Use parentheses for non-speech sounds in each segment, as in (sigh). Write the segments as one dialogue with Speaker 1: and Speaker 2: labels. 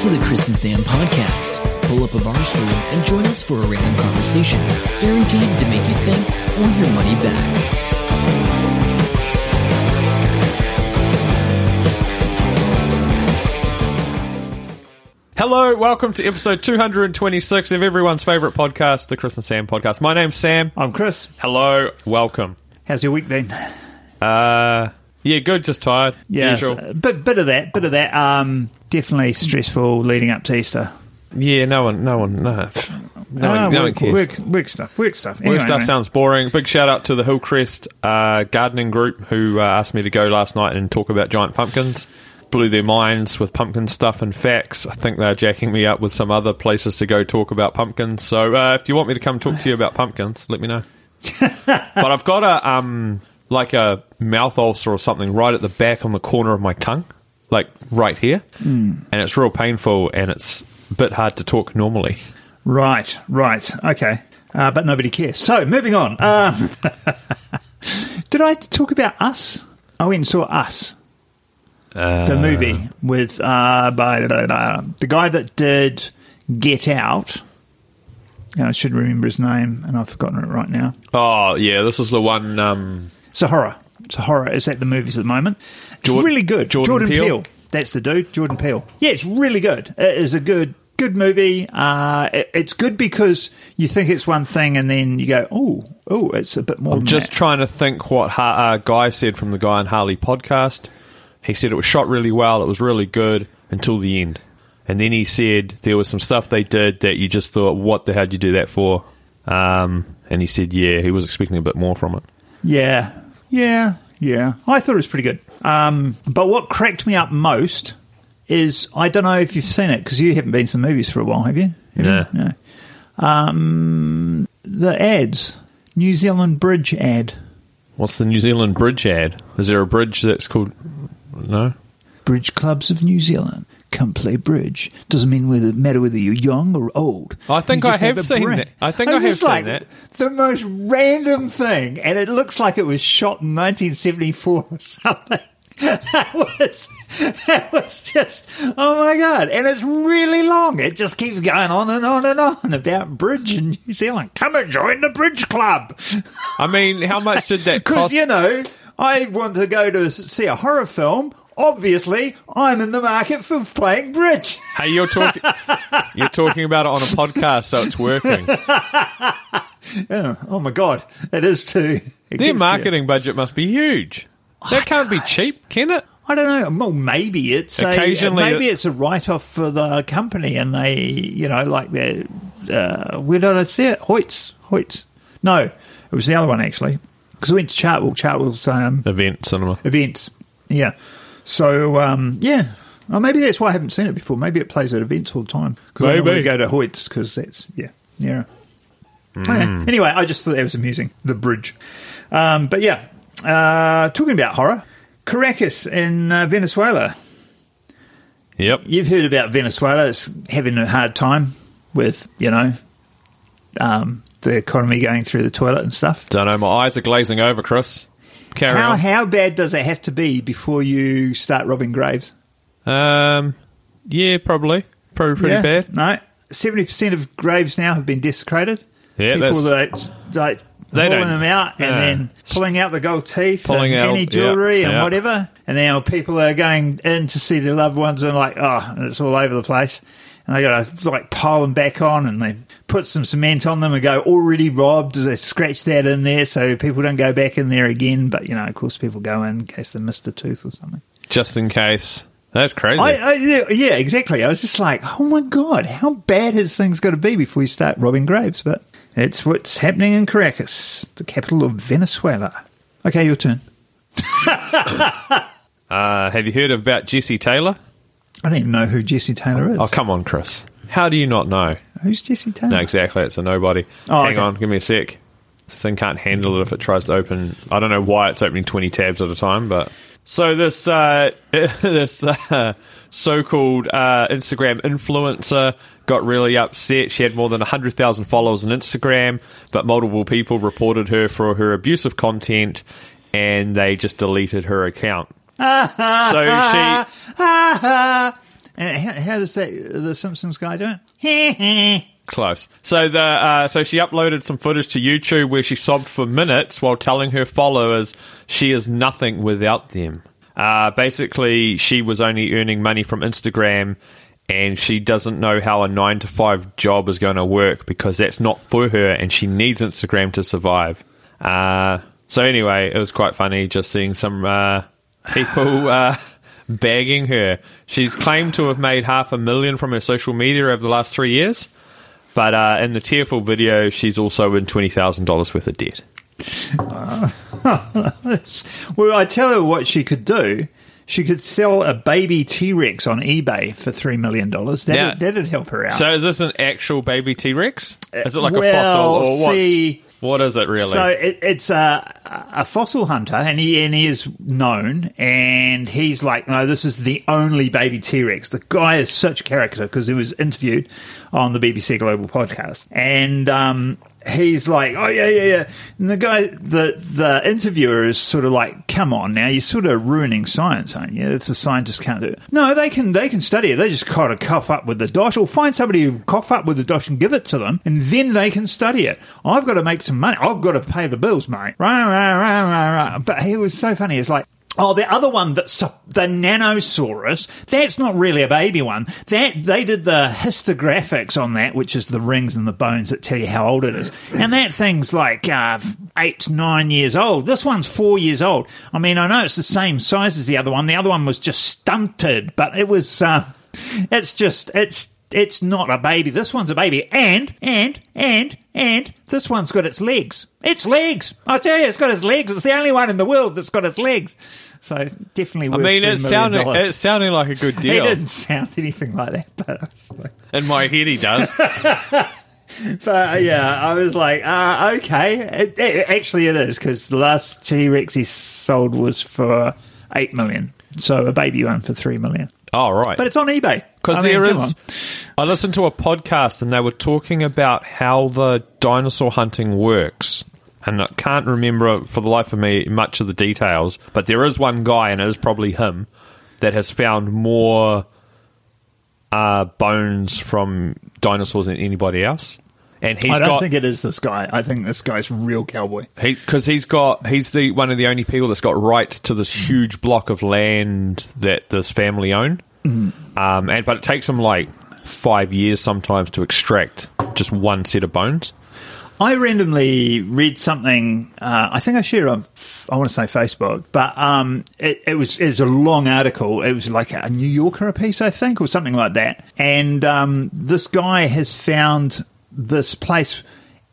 Speaker 1: to the Chris and Sam podcast. Pull up a bar stool and join us for a random conversation, guaranteed to make you think or your money back.
Speaker 2: Hello, welcome to episode 226 of everyone's favourite podcast, the Chris and Sam podcast. My name's Sam.
Speaker 3: I'm Chris.
Speaker 2: Hello, welcome.
Speaker 3: How's your week been?
Speaker 2: Uh, yeah, good, just tired. Usual.
Speaker 3: a Uh, bit, bit of that, bit of that. Um, definitely stressful leading up to Easter.
Speaker 2: Yeah, no one, no one, no. No,
Speaker 3: Ah,
Speaker 2: one, no one
Speaker 3: work,
Speaker 2: cares.
Speaker 3: work, work stuff, work stuff. Anyway,
Speaker 2: Work stuff
Speaker 3: mate.
Speaker 2: sounds boring. Big shout out to the Hillcrest uh, gardening group who uh, asked me to go last night and talk about giant pumpkins. Blew their minds with pumpkin stuff and facts. I think they're jacking me up with some other places to go talk about pumpkins. So uh, if you want me to come talk to you about pumpkins, let me
Speaker 3: (laughs)
Speaker 2: know. but I've got a um, like a mouth ulcer or something right at the back on the corner of my tongue, like right here,
Speaker 3: Hmm.
Speaker 2: and it's real painful and it's a bit hard to talk normally.
Speaker 3: Right, right, okay. Uh, but nobody cares. So moving on. Um, (laughs) did I talk about Us? I went and saw Us,
Speaker 2: Uh,
Speaker 3: the movie with uh, by the guy that did Get Out. And I should remember his name, and I've forgotten it right now.
Speaker 2: Oh yeah, this is the one. Um,
Speaker 3: It's a horror. It's a horror. It's at the movies at the moment. It's
Speaker 2: Jord-
Speaker 3: really good.
Speaker 2: Jordan Peele?
Speaker 3: That's the dude, Jordan Peele. Yeah, it's really good. It is a good good movie. Uh, it- it's good because you think it's one thing, and then you go, oh, oh, it's a bit more.
Speaker 2: I'm
Speaker 3: than
Speaker 2: just
Speaker 3: that."
Speaker 2: trying to think what ha- uh, Guy said from the Guy and Harley podcast. He said it was shot really well, it was really good until the end. And then he said there was some stuff they did that you just thought, what the hell did you do that for? Um, and he said, yeah, he was expecting a bit more from it.
Speaker 3: Yeah, yeah, yeah. I thought it was pretty good. Um, but what cracked me up most is I don't know if you've seen it because you haven't been to the movies for a while, have you? Have you?
Speaker 2: No.
Speaker 3: No. Um, the ads, New Zealand Bridge ad.
Speaker 2: What's the New Zealand bridge ad? Is there a bridge that's called. No?
Speaker 3: Bridge clubs of New Zealand. Come play bridge. Doesn't mean whether it matter whether you're young or old.
Speaker 2: I think
Speaker 3: You just
Speaker 2: I have
Speaker 3: a
Speaker 2: seen
Speaker 3: brain.
Speaker 2: that. I think I
Speaker 3: was
Speaker 2: have
Speaker 3: just
Speaker 2: seen
Speaker 3: like,
Speaker 2: that.
Speaker 3: The most random thing, and it looks like it was shot in 1974 or something. (laughs) That was that was just oh my god, and it's really long. It just keeps going on and on and on about bridge in New Zealand. Come and join the bridge club.
Speaker 2: I mean, how much did (laughs) that
Speaker 3: Because,
Speaker 2: cost?
Speaker 3: you know, I want to go to s- see a horror film. Obviously, I'm in the market for playing bridge. (laughs)
Speaker 2: Hey, you're talking, you're talking about it on a podcast, so it's (laughs) working.
Speaker 3: oh, oh my God. It is too. it
Speaker 2: Their
Speaker 3: gets
Speaker 2: marketing budget must be huge. That can't be cheap, can it?
Speaker 3: you. I don't know. Well, maybe it's
Speaker 2: Occasionally
Speaker 3: a, maybe
Speaker 2: it-
Speaker 3: it's a write off for the company and they, you know, like they uh, where did I see it? Hoyts. Hoyts. No, it was the other one actually. Because we went to Chartwell. Chartwell's um,
Speaker 2: Event cinema.
Speaker 3: events. Yeah. So um, yeah, well, maybe that's why I haven't seen it before. Maybe it plays at events all the time because I
Speaker 2: Maybe.
Speaker 3: normally go to Hoyts because that's yeah yeah. Okay. Anyway, I just thought that was amusing. The bridge, um, but yeah. Uh, talking about horror, Caracas in uh, Venezuela.
Speaker 2: Yep.
Speaker 3: You've heard about Venezuela; it's having a hard time with you know um, the economy going through the toilet and stuff.
Speaker 2: Don't know. My eyes are glazing over, Chris. Carry
Speaker 3: How how bad does it have to be before you start robbing graves?
Speaker 2: on. Um, yeah, probably. Probably pretty
Speaker 3: Yeah,
Speaker 2: bad.
Speaker 3: No, seventy percent of graves now have been desecrated.
Speaker 2: Yeah,
Speaker 3: people that like
Speaker 2: They
Speaker 3: pulling
Speaker 2: don't-
Speaker 3: them out and
Speaker 2: yeah.
Speaker 3: then pulling out the gold teeth,
Speaker 2: Pulling
Speaker 3: and
Speaker 2: out-
Speaker 3: any
Speaker 2: yeah,
Speaker 3: jewelry and
Speaker 2: yeah.
Speaker 3: whatever. And now people are going in to see their loved ones and like, oh, and it's all over the place. And they got to like pile them back on, and they put some cement on them and go already robbed. They scratch that in there so people don't go back in there again. But you know, of course, people go in in case they missed a tooth or something.
Speaker 2: Just in case. That's crazy.
Speaker 3: I, uh, I, yeah, yeah, exactly. I was just like, oh my god, how bad has things got to be before you start robbing graves? But it's what's happening in Caracas, the capital of Venezuela. Okay, your turn.
Speaker 2: uh, have you heard about Jesse Taylor?
Speaker 3: I don't even know who Jesse Taylor is.
Speaker 2: Oh, come on, Chris. How do you not know?
Speaker 3: Who's Jesse Taylor?
Speaker 2: No, exactly. It's a nobody.
Speaker 3: Oh,
Speaker 2: Hang
Speaker 3: okay.
Speaker 2: on. Give me a sec. This thing can't handle it if it tries to open. I don't know why it's opening 20 tabs at a time, but. So this uh, (laughs) this uh, so-called uh, Instagram influencer got really upset. She had more than 100,000 followers on Instagram, but multiple people reported her for her abusive content
Speaker 3: (laughs)
Speaker 2: and they just deleted her account. so she
Speaker 3: Ah, ah, And how, how does that the Simpsons guy do it?
Speaker 2: Close. So the uh, so she uploaded some footage to YouTube where she sobbed for minutes while telling her followers she is nothing without them. Uh, basically, she was only earning money from Instagram, and she doesn't know how a nine to five job is going to work because that's not for her, and she needs Instagram to survive. Uh, so anyway, it was quite funny just seeing some uh, people. (laughs) Uh, Bagging her. She's claimed to have made half a million from her social media over the last three years. But uh, in the tearful video, she's also in twenty thousand dollars worth of debt.
Speaker 3: well, I tell her what she could do. She could sell a baby T Rex on eBay for three million dollars. That
Speaker 2: Now-
Speaker 3: would that'd help her out.
Speaker 2: So is this an actual baby T Rex? Is it like a
Speaker 3: Uh, well,
Speaker 2: fossil or what's,
Speaker 3: see-
Speaker 2: what is it really?
Speaker 3: So it, it's a, a fossil hunter, and he and he is known, and he's like, no, this is the only baby T Rex. The guy is such a character because he was interviewed on the BBC Global podcast, and um, he's like, oh yeah, yeah, yeah. And the guy, the the interviewer is sort of like, come on, now you're sort of ruining science, aren't you? If the scientists can't do it, no, they can they can study it. They just kind of cough up with the dosh, or find somebody who cough up with the dosh and give it to them, and then they can study it. I've got to make some money. I've got to pay the bills, mate. Right, right, right, right, right. But he was so funny. It's like. Oh, the other one that's the Nanosaurus. That's not really a baby one. That they did the histographics on that, which is the rings and the bones that tell you how old it is. And that thing's like uh, eight, nine years old. This one's four years old. I mean, I know it's the same size as the other one. The other one was just stunted, but it was. Uh, it's just it's it's not a baby. This one's a baby, and and and and this one's got its legs. Its legs. I tell you, it's got its legs. It's the only one in the world that's got its legs. So definitely.
Speaker 2: I
Speaker 3: Worth
Speaker 2: mean, it's sounding
Speaker 3: dollars.
Speaker 2: it's sounding like a good
Speaker 3: He
Speaker 2: deal.
Speaker 3: didn't (laughs) sound anything like that, but I was like,
Speaker 2: In my head, he
Speaker 3: (laughs)
Speaker 2: does.
Speaker 3: but uh, yeah, I was like, uh, okay. It, it- actually, it is because the last T Rex he sold was for eight million, so a baby one for three million.
Speaker 2: All Oh, right.
Speaker 3: But it's on eBay
Speaker 2: Because
Speaker 3: I mean,
Speaker 2: there
Speaker 3: come
Speaker 2: is,
Speaker 3: on.
Speaker 2: I listened to a podcast and they were talking about how the dinosaur hunting works. And I can't remember for the life of me much of the details, but there is one guy, and it is probably him, that has found more uh, bones from dinosaurs than anybody else. And he's
Speaker 3: I don't
Speaker 2: got
Speaker 3: think it is this guy. I think this guy's real cowboy.
Speaker 2: because he, has got he's the one of the only people that's got rights to this huge block of land that this family own.
Speaker 3: Mm-hmm.
Speaker 2: Um, and but it takes him like five years sometimes to extract just one set of bones.
Speaker 3: I randomly read something. Uh, I think I shared on, I want to say Facebook, but um, it, it was it was a long article. It was like a New Yorker piece, I think, or something like that. And um, this guy has found this place,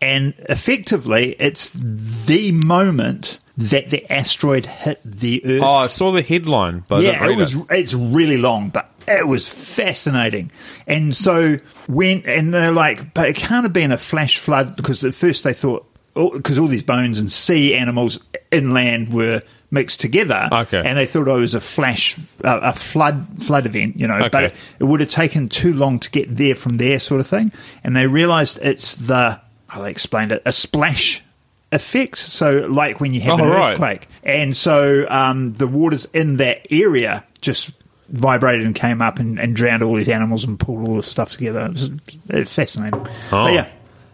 Speaker 3: and effectively, it's the moment that the asteroid hit the Earth.
Speaker 2: Oh, I saw the headline, but I
Speaker 3: yeah,
Speaker 2: didn't read
Speaker 3: it was. It's really long, but it was fascinating. And so when and they're like, but it can't have been a flash flood because at first they thought because all these bones and sea animals inland were mixed together.
Speaker 2: Okay.
Speaker 3: and they thought it was a flash a, a flood flood event. You know, but
Speaker 2: Okay.
Speaker 3: it, would have taken too long to get there from there, sort of thing. And they realised it's the how they explained it a splash. Effect, so like when you have
Speaker 2: Oh,
Speaker 3: an
Speaker 2: right.
Speaker 3: earthquake, and so um, the waters in that area just vibrated and came up and, and drowned all these animals and pulled all this stuff together. It was, it's fascinating.
Speaker 2: Oh.
Speaker 3: But yeah.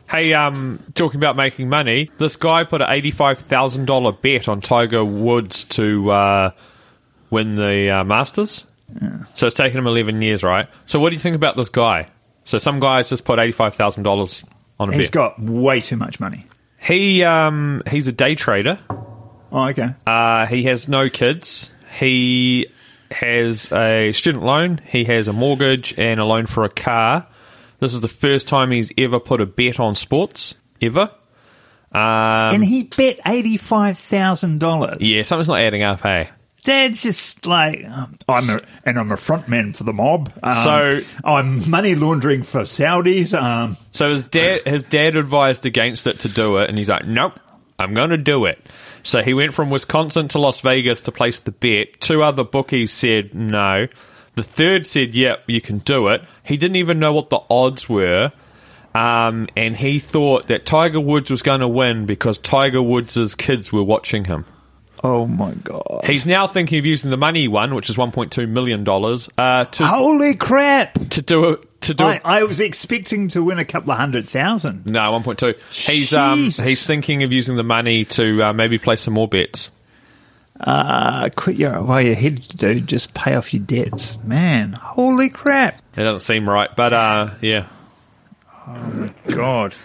Speaker 2: Hey, um, talking about making money, this guy put an eighty-five thousand dollar bet on Tiger Woods to uh, win the uh, Masters. So it's taken him eleven years, right? So what do you think about this guy? So some guy's just put eighty-five thousand dollars on a
Speaker 3: He's
Speaker 2: bet.
Speaker 3: got way too much money.
Speaker 2: he um, he's a day trader.
Speaker 3: Oh, okay.
Speaker 2: Uh, he has no kids. He has a student loan. He has a mortgage and a loan for a car. This is the first time he's ever put a bet on sports ever.
Speaker 3: and he bet $85,000.
Speaker 2: Yeah, something's not adding up, hey.
Speaker 3: That's just like. um, I'm a, and I'm a front man for the mob. Um,
Speaker 2: So-
Speaker 3: I'm money laundering for Saudis. Um,
Speaker 2: So his dad, his dad advised against it to do it, and he's like, "Nope, I'm going to do it." So he went from Wisconsin to Las Vegas to place the bet. Two other bookies said no. The third said, "Yep, you can do it." He didn't even know what the odds were, um, and he thought that Tiger Woods was going to win because Tiger Woods' kids were watching him.
Speaker 3: Oh my god!
Speaker 2: He's now thinking of using the money one, which is 1.2 million dollars, uh, to
Speaker 3: Holy crap!
Speaker 2: to do it to do.
Speaker 3: I,
Speaker 2: it.
Speaker 3: I was expecting to win a couple of hundred thousand.
Speaker 2: no, 1.2. He's um,
Speaker 3: Jesus.
Speaker 2: he's thinking of using the money to uh, maybe play some more bets.
Speaker 3: Uh, quit your while you're ahead, dude. Just pay off your debts, man. Holy crap!
Speaker 2: It doesn't seem right, but uh, yeah.
Speaker 3: God.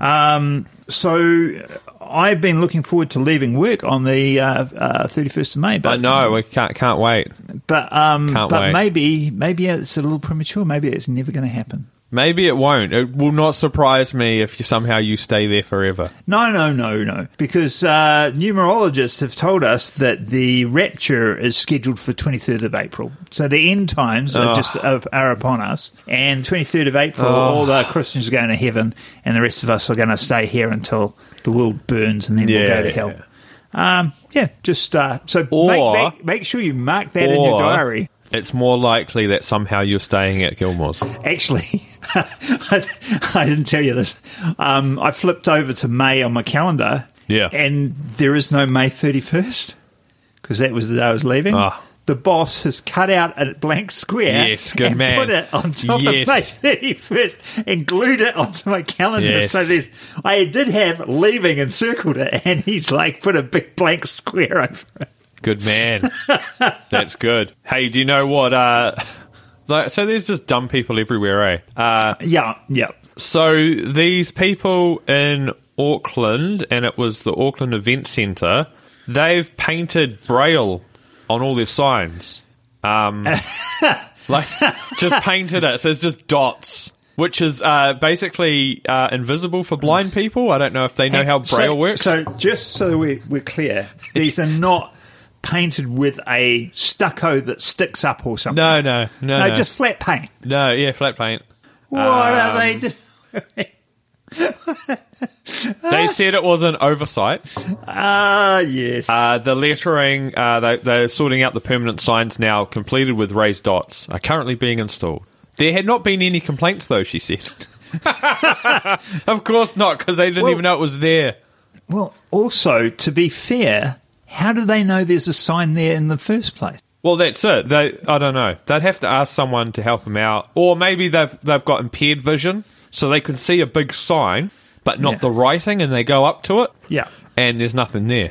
Speaker 3: Um, so I've been looking forward to leaving work on the uh, uh, 31st of May, but
Speaker 2: I know we can't can't wait.
Speaker 3: but um,
Speaker 2: Can't
Speaker 3: but
Speaker 2: wait.
Speaker 3: maybe maybe it's a little premature. Maybe it's never going to happen.
Speaker 2: Maybe it won't. It will not surprise me if you, somehow you stay there forever.
Speaker 3: No, no, no, no. Because uh, numerologists have told us that the rapture is scheduled for 23rd of April. So the end times are
Speaker 2: Ugh.
Speaker 3: just are, are upon us. And 23rd of April, all the Christians are going to heaven, and the rest of us are going to stay here until the world burns, and then we'll
Speaker 2: Yeah,
Speaker 3: go to hell. Um, yeah, just uh, so
Speaker 2: Or-
Speaker 3: make, make, make sure you mark that in your
Speaker 2: Or
Speaker 3: diary.
Speaker 2: It's more likely that somehow you're staying at Gilmore's.
Speaker 3: Actually, (laughs) I, I didn't tell you this. Um, I flipped over to May on my calendar.
Speaker 2: Yeah.
Speaker 3: And there is no May 31st because that was the day I was leaving.
Speaker 2: Ah.
Speaker 3: The boss has cut out a blank square
Speaker 2: Yes, good
Speaker 3: and
Speaker 2: man.
Speaker 3: put it on top
Speaker 2: Yes.
Speaker 3: of May 31st and glued it onto my calendar.
Speaker 2: Yes.
Speaker 3: So there's, I did have leaving and circled it, and he's like put a big blank square over it.
Speaker 2: Good
Speaker 3: (laughs)
Speaker 2: man. That's good. Hey, do you know what? Uh, (laughs) like, so there's just dumb people everywhere, eh? Uh,
Speaker 3: Yeah, yeah.
Speaker 2: so these people in Auckland, and it was the Auckland Event Centre, they've painted Braille on all their signs.
Speaker 3: (laughs)
Speaker 2: Um, like, just painted it. So it's just dots. Which is uh, basically uh, invisible for blind people. I don't know if they know how Braille
Speaker 3: so,
Speaker 2: works.
Speaker 3: So, just so we, we're clear, these are not painted with a stucco that sticks up or something.
Speaker 2: no, no, no,
Speaker 3: no,
Speaker 2: no.
Speaker 3: just flat paint.
Speaker 2: no. Yeah, flat paint.
Speaker 3: What are
Speaker 2: Um,
Speaker 3: they doing?
Speaker 2: They said it was an oversight.
Speaker 3: Ah, yes.
Speaker 2: Uh, the lettering, uh, they, they're sorting out the permanent signs now, completed with raised dots, are currently being installed. There had not been any complaints, though, she said. (laughs) of course not, because they didn't
Speaker 3: Well-
Speaker 2: even know it was there.
Speaker 3: well, also, to be fair, how do they know there's a sign there in the first place?
Speaker 2: Well, that's it. They, I don't know. They'd have to ask someone to help them out, or maybe they've they've got impaired vision, so they can see a big sign but not
Speaker 3: Yeah.
Speaker 2: the writing, and they go up to it,
Speaker 3: Yeah.
Speaker 2: and there's nothing there.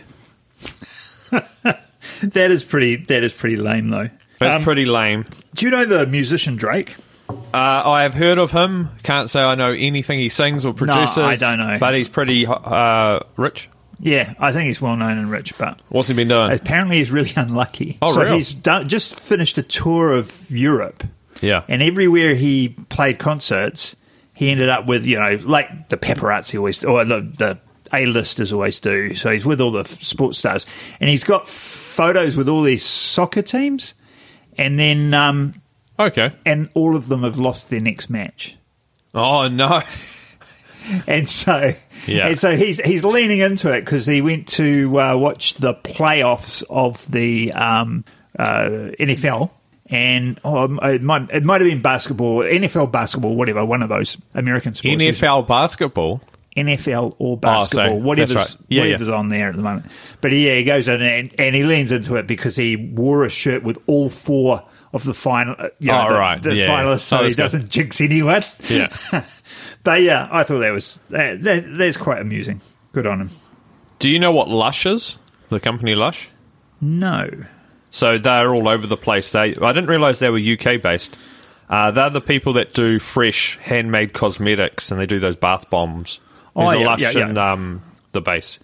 Speaker 3: That is pretty that is pretty lame though.
Speaker 2: That's
Speaker 3: Um,
Speaker 2: pretty lame.
Speaker 3: do you know the musician Drake?
Speaker 2: Uh, I have heard of him. Can't say I know anything he sings or produces.
Speaker 3: I don't know.
Speaker 2: But he's pretty uh, rich.
Speaker 3: Yeah, I think he's well known and rich, but
Speaker 2: What's he been doing?
Speaker 3: Apparently, he's really (laughs) unlucky.
Speaker 2: Oh,
Speaker 3: so
Speaker 2: real?
Speaker 3: he's done, just finished a tour of Europe.
Speaker 2: Yeah.
Speaker 3: and everywhere he played concerts, he ended up with you know like the paparazzi always or the, the A-listers always do. So he's with all the f- sports stars, and he's got photos with all these soccer teams, and then um,
Speaker 2: Okay.
Speaker 3: and all of them have lost their next match.
Speaker 2: Oh no.
Speaker 3: and so
Speaker 2: Yeah.
Speaker 3: and so he's he's leaning into it because he went to uh, watch the playoffs of the um, uh, NFL. And oh, it might it might have been basketball, NFL basketball, whatever, one of those American sports.
Speaker 2: NFL basketball.
Speaker 3: NFL or basketball,
Speaker 2: sorry.
Speaker 3: whatever's,
Speaker 2: Oh, That's right. Yeah,
Speaker 3: whatever's on there at the moment. But yeah, he goes in and, and he leans into it because he wore a shirt with all four of the final, uh, you know,
Speaker 2: Oh,
Speaker 3: the,
Speaker 2: right.
Speaker 3: the
Speaker 2: Yeah, yeah.
Speaker 3: finalists, so
Speaker 2: Oh,
Speaker 3: he
Speaker 2: that's good.
Speaker 3: doesn't jinx anyone.
Speaker 2: Yeah.
Speaker 3: but yeah, I thought that was that, that, that's quite amusing. Good on him.
Speaker 2: (laughs) Do you know what Lush is? The company Lush.
Speaker 3: No,
Speaker 2: So they're all over the place. They. I didn't realize they were UK based. Uh, they're the people that do fresh handmade cosmetics, and they do those bath bombs.
Speaker 3: Oh,
Speaker 2: There's a
Speaker 3: yeah,
Speaker 2: Lush
Speaker 3: yeah, yeah.
Speaker 2: in um, the base.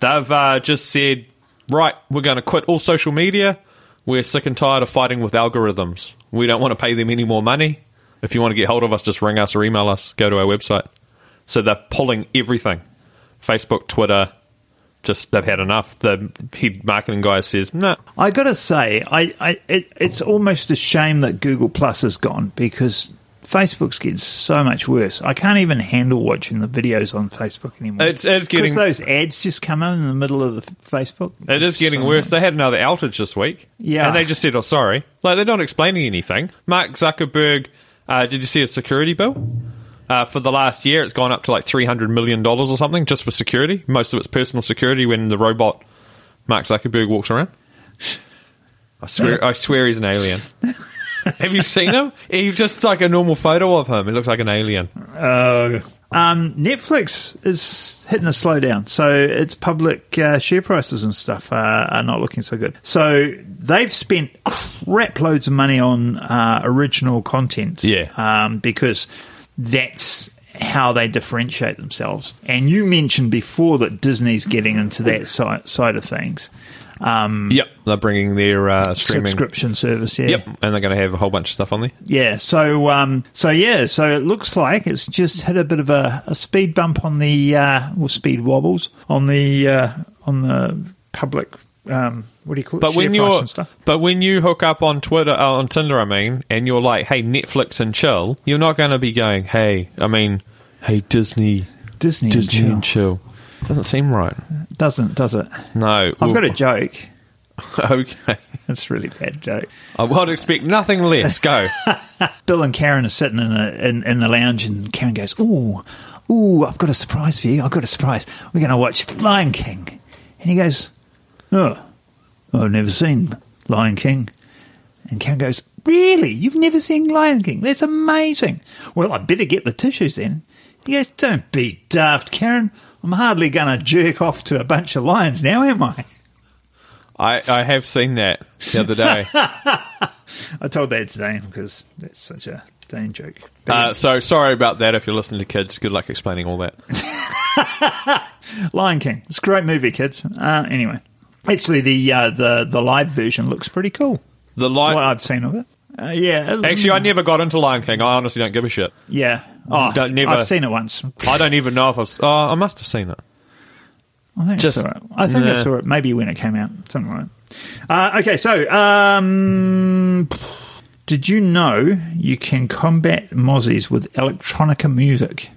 Speaker 2: They've uh, just said, right, we're going to quit all social media. We're sick and tired of fighting with algorithms. We don't want to pay them any more money. If you want to get hold of us, just ring us or email us. Go to our website. So they're pulling everything Facebook, Twitter. Just they've had enough. The head marketing guy says, nah,
Speaker 3: I gotta say, I, I it, it's almost a shame that Google Plus is gone because. Facebook's getting so much worse. I can't even handle watching the videos on Facebook anymore.
Speaker 2: It's- it's getting-
Speaker 3: because those ads just come out in the middle of the f- Facebook.
Speaker 2: It is getting
Speaker 3: So-
Speaker 2: worse. They had another outage this week.
Speaker 3: Yeah.
Speaker 2: And they just said, oh, sorry. Like, they're not explaining anything. Mark Zuckerberg, uh, did you see a security bill? Uh, for the last year, it's gone up to like $300 million or something just for security. Most of it's personal security when the robot Mark Zuckerberg walks around. I swear, I swear he's an
Speaker 3: (laughs)
Speaker 2: alien. Have you seen him? He's just like a normal photo of him. It looks like an alien.
Speaker 3: Uh, um, Netflix is hitting a slowdown, so its public uh, share prices and stuff uh, are not looking so good. So they've spent crap loads of money on uh, original content,
Speaker 2: Yeah.
Speaker 3: um, because that's how they differentiate themselves. And you mentioned before that Disney's getting into that side, side of things,
Speaker 2: Yep, they're bringing their uh, streaming.
Speaker 3: subscription service, Mm. yeah,
Speaker 2: Yep, and they're going to have a whole bunch of stuff on there.
Speaker 3: yeah. So, um, so yeah, so it looks like it's just hit a bit of a, a speed bump on the uh, well, speed wobbles on the uh, on the public. Um, what do you call it?
Speaker 2: But
Speaker 3: Share
Speaker 2: when
Speaker 3: price
Speaker 2: you're,
Speaker 3: and stuff.
Speaker 2: but when you hook up on Twitter, uh, on Tinder, I mean, and you're like, "Hey, Netflix and chill," you're not going to be going, "Hey, I mean, hey, Disney,
Speaker 3: Disney, and
Speaker 2: Disney and
Speaker 3: chill.
Speaker 2: chill." Doesn't seem right.
Speaker 3: doesn't does it?
Speaker 2: No, (laughs)
Speaker 3: I've got a joke. (laughs)
Speaker 2: okay.
Speaker 3: That's a really bad joke.
Speaker 2: I would expect nothing less. Go.
Speaker 3: Bill and Karen are sitting in the in, in the lounge, and Karen goes, "Ooh, ooh, I've got a surprise for you. I've got a surprise. We're going to watch Lion King." And he goes, "Oh, I've never seen Lion King." And Karen goes, "Really? You've never seen Lion King? That's amazing. Well, I better get the tissues then." He goes, "Don't be daft, Karen. I'm hardly going to jerk off to a bunch of lions now, am I?" (laughs)
Speaker 2: I, I have seen that the other
Speaker 3: (laughs)
Speaker 2: day.
Speaker 3: I told that to Dane because that's such a Dane joke.
Speaker 2: Uh, so sorry about that. If you're listening to kids, good luck explaining all that.
Speaker 3: Lion King. It's a great movie, kids. Uh, anyway, actually, the uh, the the live version looks pretty cool.
Speaker 2: The lion.
Speaker 3: what I've seen of it. Uh, yeah, it-
Speaker 2: Actually, I never got into Lion King. I honestly don't give a shit.
Speaker 3: yeah. Oh,
Speaker 2: Don't- never-
Speaker 3: I've seen it once.
Speaker 2: I don't even know if I've. Oh, I must have seen it.
Speaker 3: I think
Speaker 2: Just-
Speaker 3: I saw it. I think I
Speaker 2: nah.
Speaker 3: saw it maybe when it came out, something like that. Uh, okay, so um, did you know you can combat mozzies with electronica music?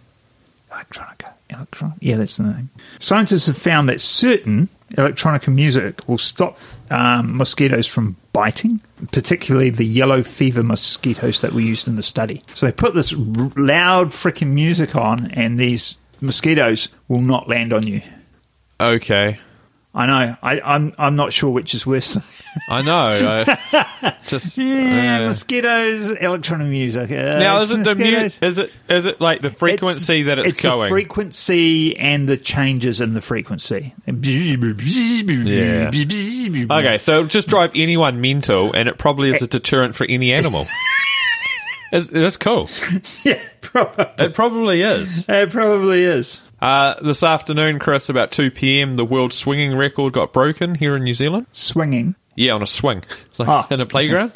Speaker 3: Electronica, electron. Yeah, that's the name. Scientists have found that certain electronica music will stop um, mosquitoes from biting, particularly the yellow fever mosquitoes that were used in the study. So they put this r- loud freaking music on, and these mosquitoes will not land on you.
Speaker 2: Okay,
Speaker 3: I know. I, I'm I'm not sure which is worse. (laughs)
Speaker 2: I know. (laughs) I- just
Speaker 3: yeah,
Speaker 2: uh,
Speaker 3: mosquitoes, electronic music. Uh,
Speaker 2: now,
Speaker 3: it's
Speaker 2: is it the mu-
Speaker 3: mosquitoes.
Speaker 2: is it is it like the frequency that it's,
Speaker 3: the
Speaker 2: going?
Speaker 3: frequency and the changes in the frequency.
Speaker 2: okay, so it'll just drive anyone mental, and it probably is a deterrent for any animal. (laughs) it's, it's cool.
Speaker 3: (laughs) yeah, probably,
Speaker 2: It probably is.
Speaker 3: it probably is.
Speaker 2: Uh, this afternoon, Chris, about 2 p.m., the world swinging record got broken here in New Zealand.
Speaker 3: Swinging.
Speaker 2: Yeah, on a swing, (laughs) like
Speaker 3: Ah.
Speaker 2: in a playground.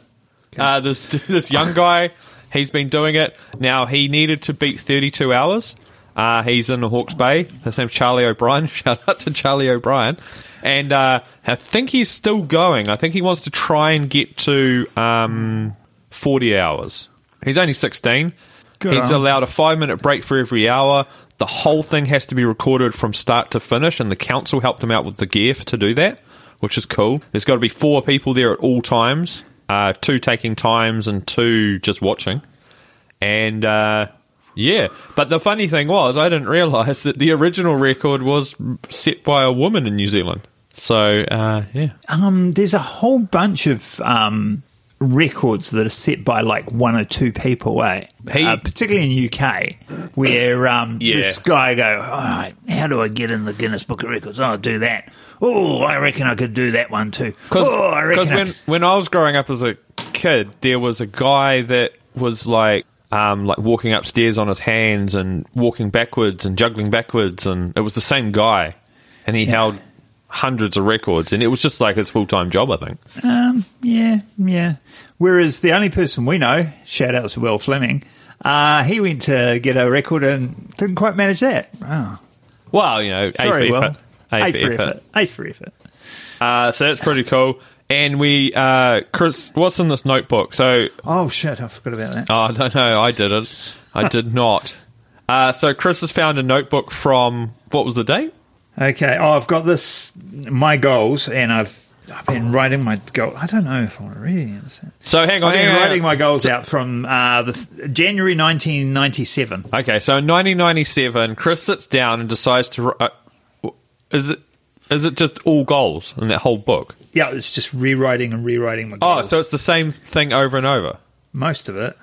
Speaker 2: Uh, this (laughs) this young guy, he's been doing it. Now he needed to beat 32 hours. Uh, he's in the Hawke's Bay. His name's Charlie O'Brien. (laughs) Shout out to Charlie O'Brien. And uh, I think he's still going. I think he wants to try and get to um, 40 hours. He's only 16.
Speaker 3: Good
Speaker 2: he's
Speaker 3: on.
Speaker 2: allowed a five minute break for every hour. The whole thing has to be recorded from start to finish, and the council helped him out with the gear to do that, which is cool. There's got to be four people there at all times uh, two taking times and two just watching. And uh, yeah, but the funny thing was, I didn't realise that the original record was set by a woman in New Zealand. So uh, yeah,
Speaker 3: Um, there's a whole bunch of um, records that are set by like one or two people, eh?
Speaker 2: Hey.
Speaker 3: Uh, particularly in UK, where um,
Speaker 2: (coughs) Yeah.
Speaker 3: this guy go, all right, how do I get in the Guinness Book of Records? I'll do that. Oh, I reckon I could do that one too.
Speaker 2: Because
Speaker 3: oh, I reckon. I-
Speaker 2: when, when I was growing up as a kid, there was a guy that was like um, like walking upstairs on his hands and walking backwards and juggling backwards, and it was the same guy, and he held hundreds of records, and it was just like his full time job, I think.
Speaker 3: Um, yeah, yeah. Whereas the only person we know, shout out to Will Fleming, uh, he went to get a record and didn't quite manage that. Oh,
Speaker 2: Well, you know, A
Speaker 3: sorry,
Speaker 2: for
Speaker 3: Will.
Speaker 2: effort. A for effort.
Speaker 3: A for effort.
Speaker 2: Uh, so that's pretty cool. And we, uh, Chris, what's in this notebook? So
Speaker 3: Oh shit! I forgot about that.
Speaker 2: Oh, I don't know. I did it. I
Speaker 3: (laughs)
Speaker 2: did not. Uh, so Chris has found a notebook from what was the date?
Speaker 3: Okay. Oh, I've got this. My goals, and I've I've been writing my goal. I don't know if I'm really.
Speaker 2: So hang on,
Speaker 3: I've been
Speaker 2: hang on,
Speaker 3: writing
Speaker 2: hang on.
Speaker 3: my goals out from uh, the th- January 1997.
Speaker 2: Okay, so in 1997, Chris sits down and decides to. ri- Uh, is it? Is it just all goals in that whole book?
Speaker 3: Yeah, it's just rewriting and rewriting the
Speaker 2: Oh,
Speaker 3: goals.
Speaker 2: so it's the same thing over and over.
Speaker 3: most of it.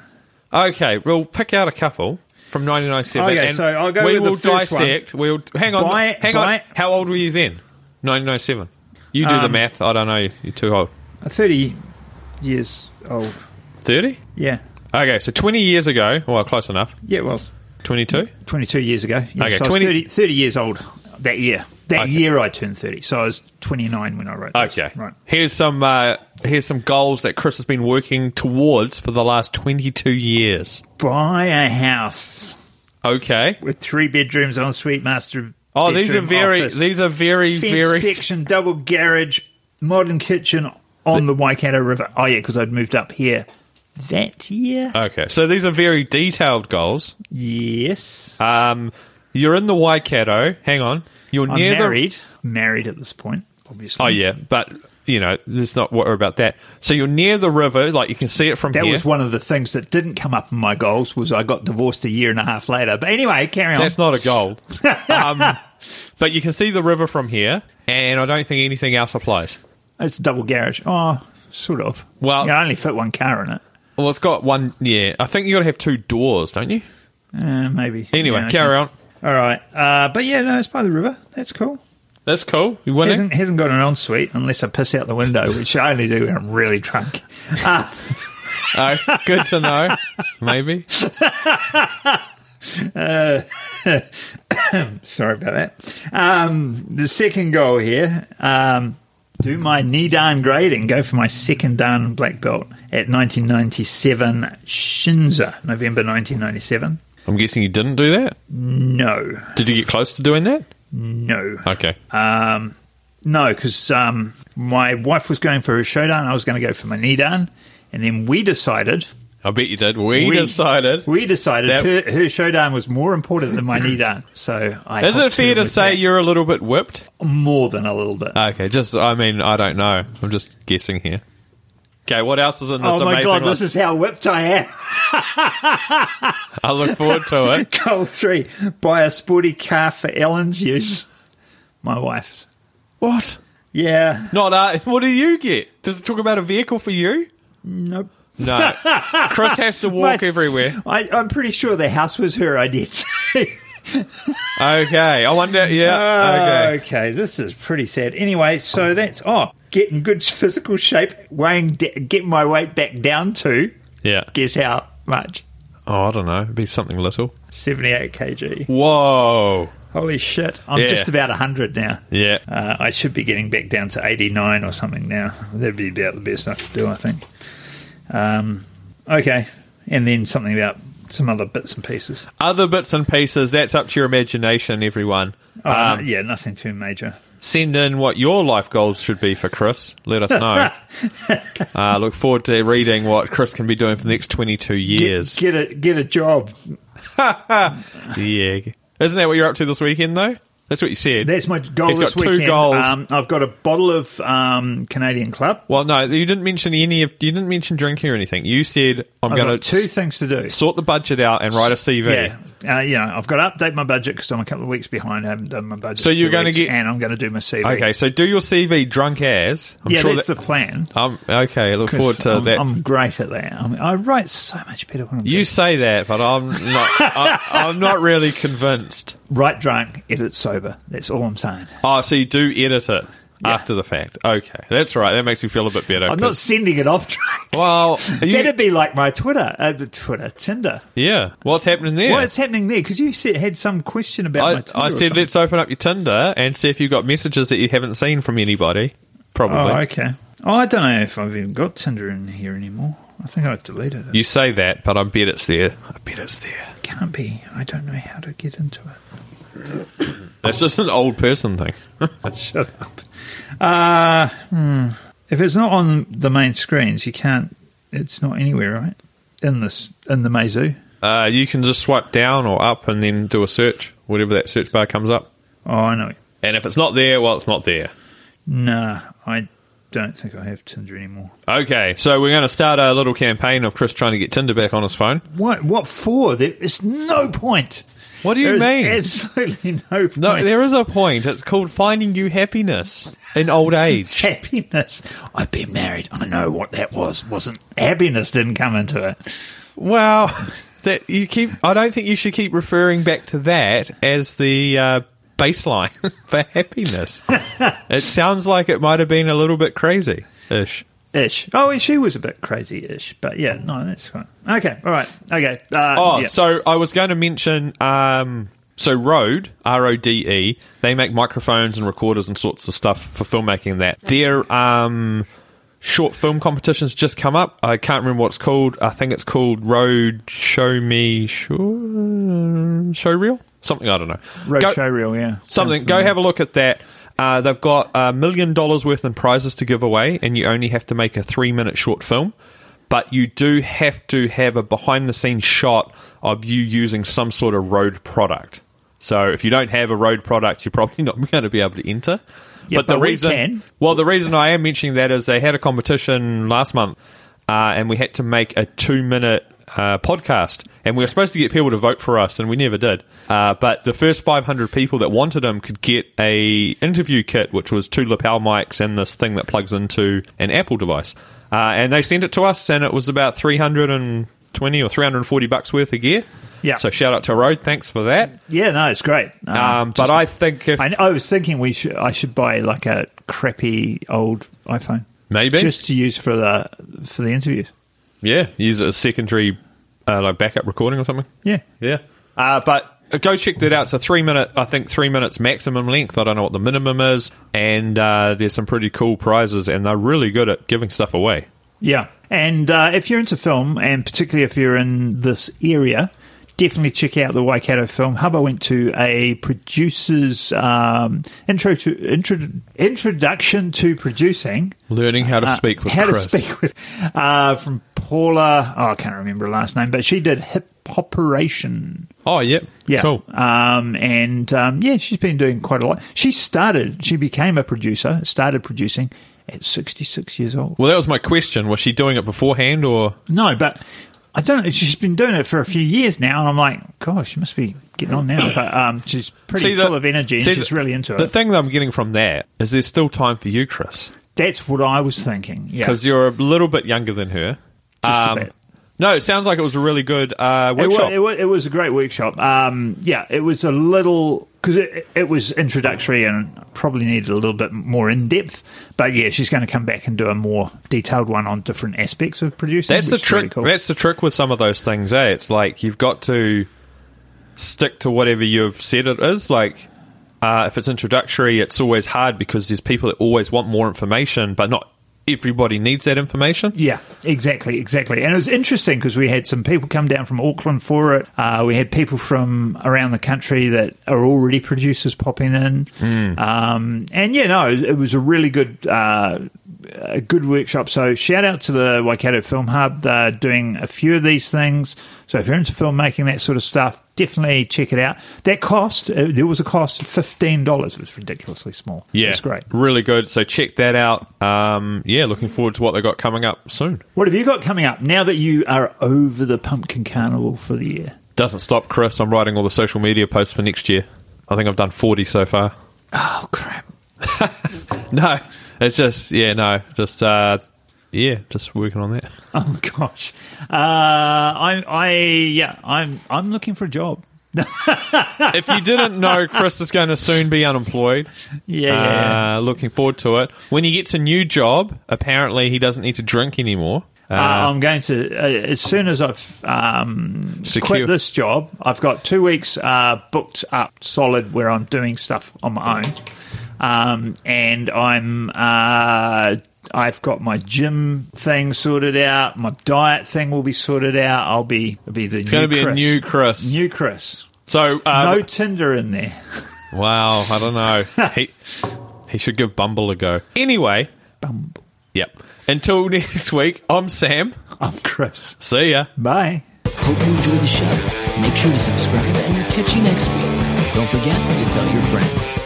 Speaker 2: Okay, we'll pick out a couple from 1997.
Speaker 3: Okay,
Speaker 2: and
Speaker 3: so I'll go
Speaker 2: we
Speaker 3: with the
Speaker 2: will
Speaker 3: first one.
Speaker 2: dissect. We'll hang on.
Speaker 3: By-
Speaker 2: hang on.
Speaker 3: by-
Speaker 2: How old were you then? 1997. You do the
Speaker 3: Um,
Speaker 2: math. I don't know. You're too old.
Speaker 3: uh, Thirty years old.
Speaker 2: 30.
Speaker 3: Yeah,
Speaker 2: Okay, so 20 years ago. Well, close enough.
Speaker 3: yeah. Well,
Speaker 2: 22.
Speaker 3: twenty-two years ago. Yeah,
Speaker 2: Okay,
Speaker 3: so I was
Speaker 2: 20
Speaker 3: 30, 30 years old that year. That
Speaker 2: Okay.
Speaker 3: year I turned thirty, so I was twenty-nine when I wrote. this.
Speaker 2: Okay.
Speaker 3: right.
Speaker 2: Here's some. Uh, here's some goals that Chris has been working towards for the last 22 years.
Speaker 3: Buy a house
Speaker 2: Okay.
Speaker 3: with three bedrooms, ensuite, master.
Speaker 2: Oh, these are
Speaker 3: bedroom,
Speaker 2: very.
Speaker 3: office,
Speaker 2: These are very
Speaker 3: fenced
Speaker 2: very. (laughs)
Speaker 3: section, double garage, modern kitchen on the Waikato River. Oh yeah, because I'd moved up here that year.
Speaker 2: Okay, so these are very detailed goals.
Speaker 3: yes.
Speaker 2: Um, you're in the Waikato. Hang on. You're
Speaker 3: I'm
Speaker 2: near
Speaker 3: married. married at this point,
Speaker 2: the.
Speaker 3: obviously.
Speaker 2: Oh yeah, but you know, let's not worry about that. So you're near the river, like you can see it from
Speaker 3: That
Speaker 2: here.
Speaker 3: was one of the things that didn't come up in my goals was I got divorced a year and a half later. But anyway, carry on.
Speaker 2: That's not a
Speaker 3: (laughs)
Speaker 2: goal. um, but you can see the river from here, and I don't think anything else applies.
Speaker 3: it's a double garage. Oh, sort of.
Speaker 2: Well-
Speaker 3: yeah, I only fit one car in it.
Speaker 2: Well, it's got one. Yeah, I think you got to have two doors, don't you?
Speaker 3: Uh, maybe.
Speaker 2: Anyway,
Speaker 3: Yeah, okay.
Speaker 2: carry on.
Speaker 3: All right. Uh, but yeah, no, it's by the river. That's cool.
Speaker 2: That's cool. You winning?
Speaker 3: Hasn't hasn't got an ensuite unless I piss out the window, which I only do when I'm really drunk.
Speaker 2: Oh, good to
Speaker 3: (laughs)
Speaker 2: know. Maybe.
Speaker 3: Sorry about that. Um, the second goal here: um, do my knee darn grade and go for my second darn black belt at 1997 Shinza, November 1997.
Speaker 2: I'm guessing you didn't do that.
Speaker 3: No,
Speaker 2: Did you get close to doing that?
Speaker 3: no,
Speaker 2: Okay.
Speaker 3: um, no, because um, my wife was going for her showdown, I was going to go for my knee darn, and then we decided.
Speaker 2: I bet you did. We, decided.
Speaker 3: We decided
Speaker 2: that-
Speaker 3: her, her showdown was more important than my knee darn. So I
Speaker 2: Is it
Speaker 3: helped her
Speaker 2: fair to
Speaker 3: with
Speaker 2: say
Speaker 3: that
Speaker 2: you're a little bit whipped?
Speaker 3: more than a little bit?
Speaker 2: Okay, just I mean I don't know. I'm just guessing here. Okay, what else is in this
Speaker 3: Oh my
Speaker 2: amazing
Speaker 3: god, this
Speaker 2: list?
Speaker 3: is how whipped I am.
Speaker 2: I look forward to
Speaker 3: (laughs)
Speaker 2: it.
Speaker 3: Goal three: buy a sporty car for Ellen's use. My wife's.
Speaker 2: what?
Speaker 3: Yeah.
Speaker 2: Not uh, what do you get? Does it talk about a vehicle for you?
Speaker 3: Nope. (laughs)
Speaker 2: No. Chris has to walk
Speaker 3: My-
Speaker 2: everywhere.
Speaker 3: I, I'm pretty sure the house was her idea. too.
Speaker 2: Okay. I wonder yeah, (laughs) okay.
Speaker 3: okay. This is pretty sad. Anyway, so that's oh, get in good physical shape, weighing, d- get my weight back down to.
Speaker 2: Yeah.
Speaker 3: Guess how much?
Speaker 2: Oh, I don't know. It'd be something little.
Speaker 3: 78 kg.
Speaker 2: Whoa.
Speaker 3: Holy shit! I'm
Speaker 2: Yeah.
Speaker 3: just about 100 now.
Speaker 2: Yeah.
Speaker 3: Uh, I should be getting back down to 89 or something now. That'd be about the best I could do, I think. Um, okay. And then something about some other bits and pieces.
Speaker 2: Other bits and pieces, that's up to your imagination, everyone.
Speaker 3: Oh,
Speaker 2: um,
Speaker 3: no- yeah, nothing too major.
Speaker 2: send in what your life goals should be for Chris. Let us know.
Speaker 3: (laughs)
Speaker 2: uh, look forward to reading what Chris can be doing for the next 22 years.
Speaker 3: Get, get a get a job.
Speaker 2: yeah. Isn't that what you're up to this weekend, though? That's what you said.
Speaker 3: That's my goal
Speaker 2: He's got
Speaker 3: this
Speaker 2: two
Speaker 3: weekend.
Speaker 2: goals.
Speaker 3: Um, I've got a bottle of um, Canadian Club.
Speaker 2: well, no, you didn't mention any of. You didn't mention drinking or anything. You said I'm
Speaker 3: I've
Speaker 2: going
Speaker 3: got two
Speaker 2: to
Speaker 3: things to do.
Speaker 2: sort the budget out and write a CV.
Speaker 3: Yeah. Uh, you know, I've got to update my budget because I'm a couple of weeks behind. I haven't done my budget.
Speaker 2: So
Speaker 3: for
Speaker 2: you're
Speaker 3: two
Speaker 2: gonna
Speaker 3: weeks,
Speaker 2: get-
Speaker 3: and I'm going to do my CV.
Speaker 2: Okay, so do your CV drunk as. I'm
Speaker 3: yeah,
Speaker 2: sure
Speaker 3: that's
Speaker 2: that.
Speaker 3: the plan.
Speaker 2: um, okay, look forward to
Speaker 3: I'm,
Speaker 2: uh, that.
Speaker 3: I'm great at that. I, mean, I write so much better when I'm
Speaker 2: you say that, but I'm not.
Speaker 3: (laughs)
Speaker 2: I, I'm not really convinced.
Speaker 3: Write drunk, edit sober. That's all I'm saying.
Speaker 2: Oh, so you do edit it after the fact. Okay, that's right. That makes me feel a bit better.
Speaker 3: I'm not
Speaker 2: 'cause-
Speaker 3: sending it off (laughs) drunk.
Speaker 2: Well, are you-
Speaker 3: Better be like my Twitter, uh, Twitter, Tinder.
Speaker 2: yeah. What's happening there?
Speaker 3: What's happening there? Because you said, had some question about my
Speaker 2: I,
Speaker 3: Tinder.
Speaker 2: I
Speaker 3: or
Speaker 2: said,
Speaker 3: something.
Speaker 2: let's open up your Tinder and see if you've got messages that you haven't seen from anybody. Probably.
Speaker 3: Oh, okay. Oh, I don't know if I've even got Tinder in here anymore. I think I deleted it.
Speaker 2: You say that, but I bet it's there. I bet it's there.
Speaker 3: It can't be. I don't know how to get into it. (laughs)
Speaker 2: That's just an old person thing.
Speaker 3: Shut up. Uh, hmm. If it's not on the main screens, you can't. It's not anywhere, right? In this, in the Meizu.
Speaker 2: Uh, you can just swipe down or up and then do a search, whatever that search bar comes up.
Speaker 3: Oh, I know.
Speaker 2: And if it's not there, well, it's not there.
Speaker 3: Nah, I don't think I have Tinder anymore.
Speaker 2: Okay, so we're going to start a little campaign of Chris trying to get Tinder back on his phone.
Speaker 3: What? What for? There is no point.
Speaker 2: What do you
Speaker 3: There's
Speaker 2: mean?
Speaker 3: Absolutely no point.
Speaker 2: No, there is a point. It's called finding you happiness in old
Speaker 3: (laughs)
Speaker 2: age.
Speaker 3: happiness. I've been married. I know what that was. Wasn't happiness didn't come into it.
Speaker 2: Well, that you keep. I don't think you should keep referring back to that as the uh, baseline (laughs) for happiness. it sounds like it might have been a little bit crazy ish.
Speaker 3: Ish. Oh, she was a bit crazy-ish, but yeah, no, that's fine. Okay, all right. Okay. Uh,
Speaker 2: Oh,
Speaker 3: yeah.
Speaker 2: so I was going to mention. Um, so Rode R O D E, they make microphones and recorders and sorts of stuff for filmmaking. and That their um, short film competitions just come up. I can't remember what it's called. I think it's called Rode Show Me Show Show Reel, something I don't know.
Speaker 3: road
Speaker 2: Go-
Speaker 3: show reel. Yeah,
Speaker 2: something. Go have a look at that. Uh, they've got a million dollars worth in prizes to give away, and you only have to make a three minute short film. But you do have to have a behind the scenes shot of you using some sort of road product. So if you don't have a road product, you're probably (laughs) not going to be able to enter.
Speaker 3: Yeah,
Speaker 2: the
Speaker 3: but we
Speaker 2: reason,
Speaker 3: can.
Speaker 2: well, the reason I am mentioning that is they had a competition last month, uh, and we had to make a two-minute uh, podcast, and we were supposed to get people to vote for us, and we never did. Uh, but the first 500 people that wanted them could get a interview kit, which was two lapel mics and this thing that plugs into an Apple device, uh, and they sent it to us, and it was about 320 or 340 bucks worth of gear.
Speaker 3: Yeah.
Speaker 2: So shout out to Road, thanks for that.
Speaker 3: Yeah, no, it's great. Uh,
Speaker 2: Um, but
Speaker 3: just-
Speaker 2: I think if
Speaker 3: I, I was thinking we should. I should buy like a crappy old iPhone,
Speaker 2: maybe
Speaker 3: just to use for the for the interviews.
Speaker 2: Yeah, use it as secondary, uh, like backup recording or something.
Speaker 3: Yeah,
Speaker 2: Yeah. Uh, but uh, go check that out. It's a three minute, I think three minutes maximum length. I don't know what the minimum is. And uh, there's some pretty cool prizes, and they're really good at giving stuff away.
Speaker 3: yeah. And uh, if you're into film, and particularly if you're in this area, definitely check out the Waikato Film Hub. I went to a producer's um, intro to intro, introduction to producing. Uh,
Speaker 2: Learning how to speak with
Speaker 3: how
Speaker 2: Chris.
Speaker 3: to speak with uh, from Paula. Oh, I can't remember her last name, but she did hip operation.
Speaker 2: Oh, yeah.
Speaker 3: Yeah.
Speaker 2: Cool.
Speaker 3: Um, and um, yeah, she's been doing quite a lot. She started, she became a producer, started producing at 66 years old.
Speaker 2: Well, that was my question. Was she doing it beforehand or.
Speaker 3: No, but I don't know. She's been doing it for a few years now. And I'm like, gosh, she must be getting on now. But um, she's pretty
Speaker 2: See, the-
Speaker 3: full of energy and
Speaker 2: see,
Speaker 3: she's
Speaker 2: the-
Speaker 3: really into
Speaker 2: The
Speaker 3: it.
Speaker 2: thing that I'm getting from that is there's still time for you, Chris.
Speaker 3: That's what I was thinking. Yeah.
Speaker 2: Because you're a little bit younger than her. Um,
Speaker 3: Just a bit.
Speaker 2: No, it sounds like it was a really good uh,
Speaker 3: It
Speaker 2: workshop.
Speaker 3: was, it, was, it was a great workshop. Um, yeah, it was a little because it, it was introductory and probably needed a little bit more in depth. But yeah, she's going to come back and do a more detailed one on different aspects of producing.
Speaker 2: That's the
Speaker 3: which is really
Speaker 2: trick.
Speaker 3: cool.
Speaker 2: That's the trick with some of those things, eh? It's like you've got to stick to whatever you've said it is. Like uh, if it's introductory, it's always hard because there's people that always want more information, but not everybody needs that information.
Speaker 3: Yeah, exactly, exactly. And it was interesting because we had some people come down from Auckland for it. Uh, we had people from around the country that are already producers popping in. Um, and yeah, no, it was a really good, uh, a good workshop. So shout out to the Waikato Film Hub. They're doing a few of these things. So if you're into filmmaking, that sort of stuff, definitely check it out. That cost, uh, there was a cost of fifteen dollars. It was ridiculously small. it's great.
Speaker 2: really good. So check that out. Um, yeah, looking forward to what they got coming up soon.
Speaker 3: What have you got coming up now that you are over the Pumpkin Carnival for the year?
Speaker 2: Doesn't stop, Chris. I'm writing all the social media posts for next year. I think I've done 40 so far. (laughs)
Speaker 3: Oh crap!
Speaker 2: No, it's just yeah, no, just uh, yeah, just working on that.
Speaker 3: Oh gosh! Uh, I'm I yeah I'm I'm looking for a job.
Speaker 2: if you didn't know, Chris is going to soon be unemployed.
Speaker 3: Yeah, yeah.
Speaker 2: Uh, looking forward to it. When he gets a new job, apparently he doesn't need to drink anymore. Uh,
Speaker 3: Uh, I'm going to uh, as soon as I've um,
Speaker 2: Secure.
Speaker 3: quit this job. I've got two weeks uh, booked up solid where I'm doing stuff on my own, um, and I'm uh, I've got my gym thing sorted out. My diet thing will be sorted out. I'll be I'll be the
Speaker 2: it's going to be a new Chris.
Speaker 3: new Chris.
Speaker 2: so,
Speaker 3: no
Speaker 2: um,
Speaker 3: Tinder in there. (laughs)
Speaker 2: wow, I don't know. he, he should give Bumble a go. Anyway,
Speaker 3: Bumble.
Speaker 2: yep. Until (laughs) next week, I'm Sam.
Speaker 3: I'm Chris.
Speaker 2: See ya.
Speaker 3: Bye.
Speaker 1: Hope you enjoyed the show. Make sure to subscribe and we'll catch you next week. Don't forget to tell your friend.